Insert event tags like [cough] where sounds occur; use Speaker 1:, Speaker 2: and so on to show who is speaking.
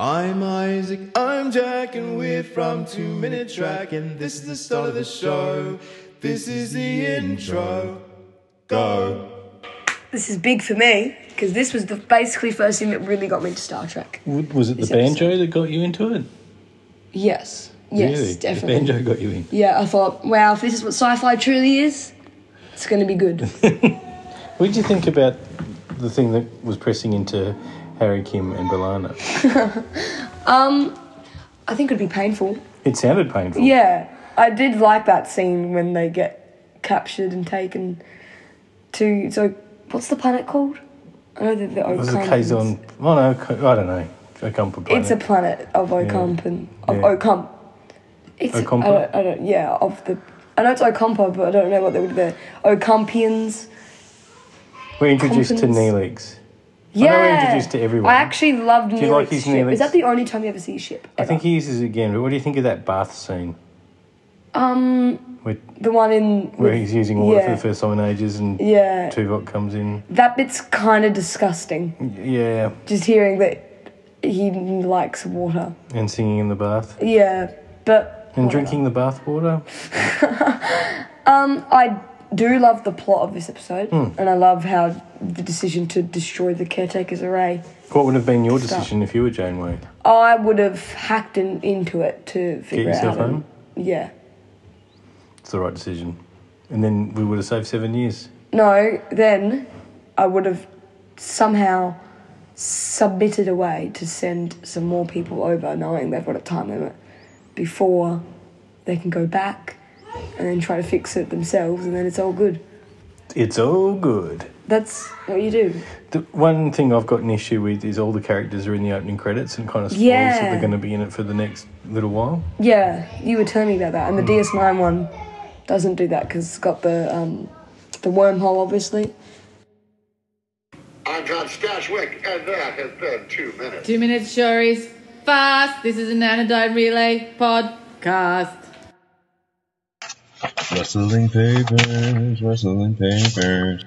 Speaker 1: I'm Isaac, I'm Jack, and we're from Two Minute Track, and this is the start of the show. This is the intro. Go.
Speaker 2: This is big for me because this was the basically first thing that really got me into Star Trek.
Speaker 3: W- Was it the
Speaker 2: This episode.
Speaker 3: banjo that got you into it?
Speaker 2: Yes, yes,
Speaker 3: really?
Speaker 2: definitely.
Speaker 3: The banjo got you in.
Speaker 2: Yeah, I thought, wow, if this is what sci-fi truly is, it's going to be
Speaker 3: [laughs]
Speaker 2: good.
Speaker 3: What did you think about the thing that was pressing into Harry Kim and Balana?
Speaker 2: Um, I think it'd be painful.
Speaker 3: It sounded painful.
Speaker 2: Yeah, I did like that scene when they get captured and taken to. So, what's the planet called? I know that the
Speaker 3: Was it
Speaker 2: Ocampans.
Speaker 3: Kazon? Oh no, Ka- I don't know. I can't put
Speaker 2: It's a planet of Ocampan. Of
Speaker 3: Yeah.
Speaker 2: Ocamp. It's,
Speaker 3: Ocampa?
Speaker 2: I don't, I don't, yeah, of the. I know it's Ocampa, but I don't know what they would be. Ocampians.
Speaker 3: We're introduced to
Speaker 2: Competence.
Speaker 3: Neelix.
Speaker 2: Yeah.
Speaker 3: know we're introduced to everyone.
Speaker 2: I actually loved Neelix's
Speaker 3: you like his
Speaker 2: ship.
Speaker 3: Neelix?
Speaker 2: Is that the only time you ever see his ship?
Speaker 3: I think he uses it again. But what do you think of that bath scene? Um. Where,
Speaker 2: the one in
Speaker 3: where he's using water for
Speaker 2: yeah.
Speaker 3: the first time in ages, and
Speaker 2: Yeah.
Speaker 3: Tuvok comes in.
Speaker 2: That bit's kind of disgusting.
Speaker 3: Yeah,
Speaker 2: Just hearing that he likes water.
Speaker 3: and singing in the bath
Speaker 2: Yeah, but
Speaker 3: and drinking the bath water.
Speaker 2: um, I do love the plot of this episode,
Speaker 3: Hmm.
Speaker 2: and I love how the decision to destroy the caretaker's array.
Speaker 3: What would have been your
Speaker 2: Stop.
Speaker 3: decision if you were Janeway?
Speaker 2: I would have hacked in, into it to figure
Speaker 3: yourself
Speaker 2: it out.
Speaker 3: home?
Speaker 2: And, yeah.
Speaker 3: It's the right decision. And then we would have saved seven years.
Speaker 2: No, then I would have somehow submitted a way to send some more people over, knowing they've got a time limit, before they can go back and then try to fix it themselves, and then it's all good.
Speaker 3: It's all good.
Speaker 2: That's what you do.
Speaker 3: The one thing I've got an issue with is all the characters are in the opening credits and kind of spoils that
Speaker 2: Yeah.
Speaker 3: they're going to be in it for the next little while.
Speaker 2: Yeah, you were telling me about that, and the DS9 one doesn't do that because it's got the um, the wormhole, obviously.
Speaker 4: I'm John Stashwick, and that has been two minutes.
Speaker 5: Two minutes, Shories. Fast. This is an anodyne relay podcast.
Speaker 6: Wrestling papers, wrestling papers.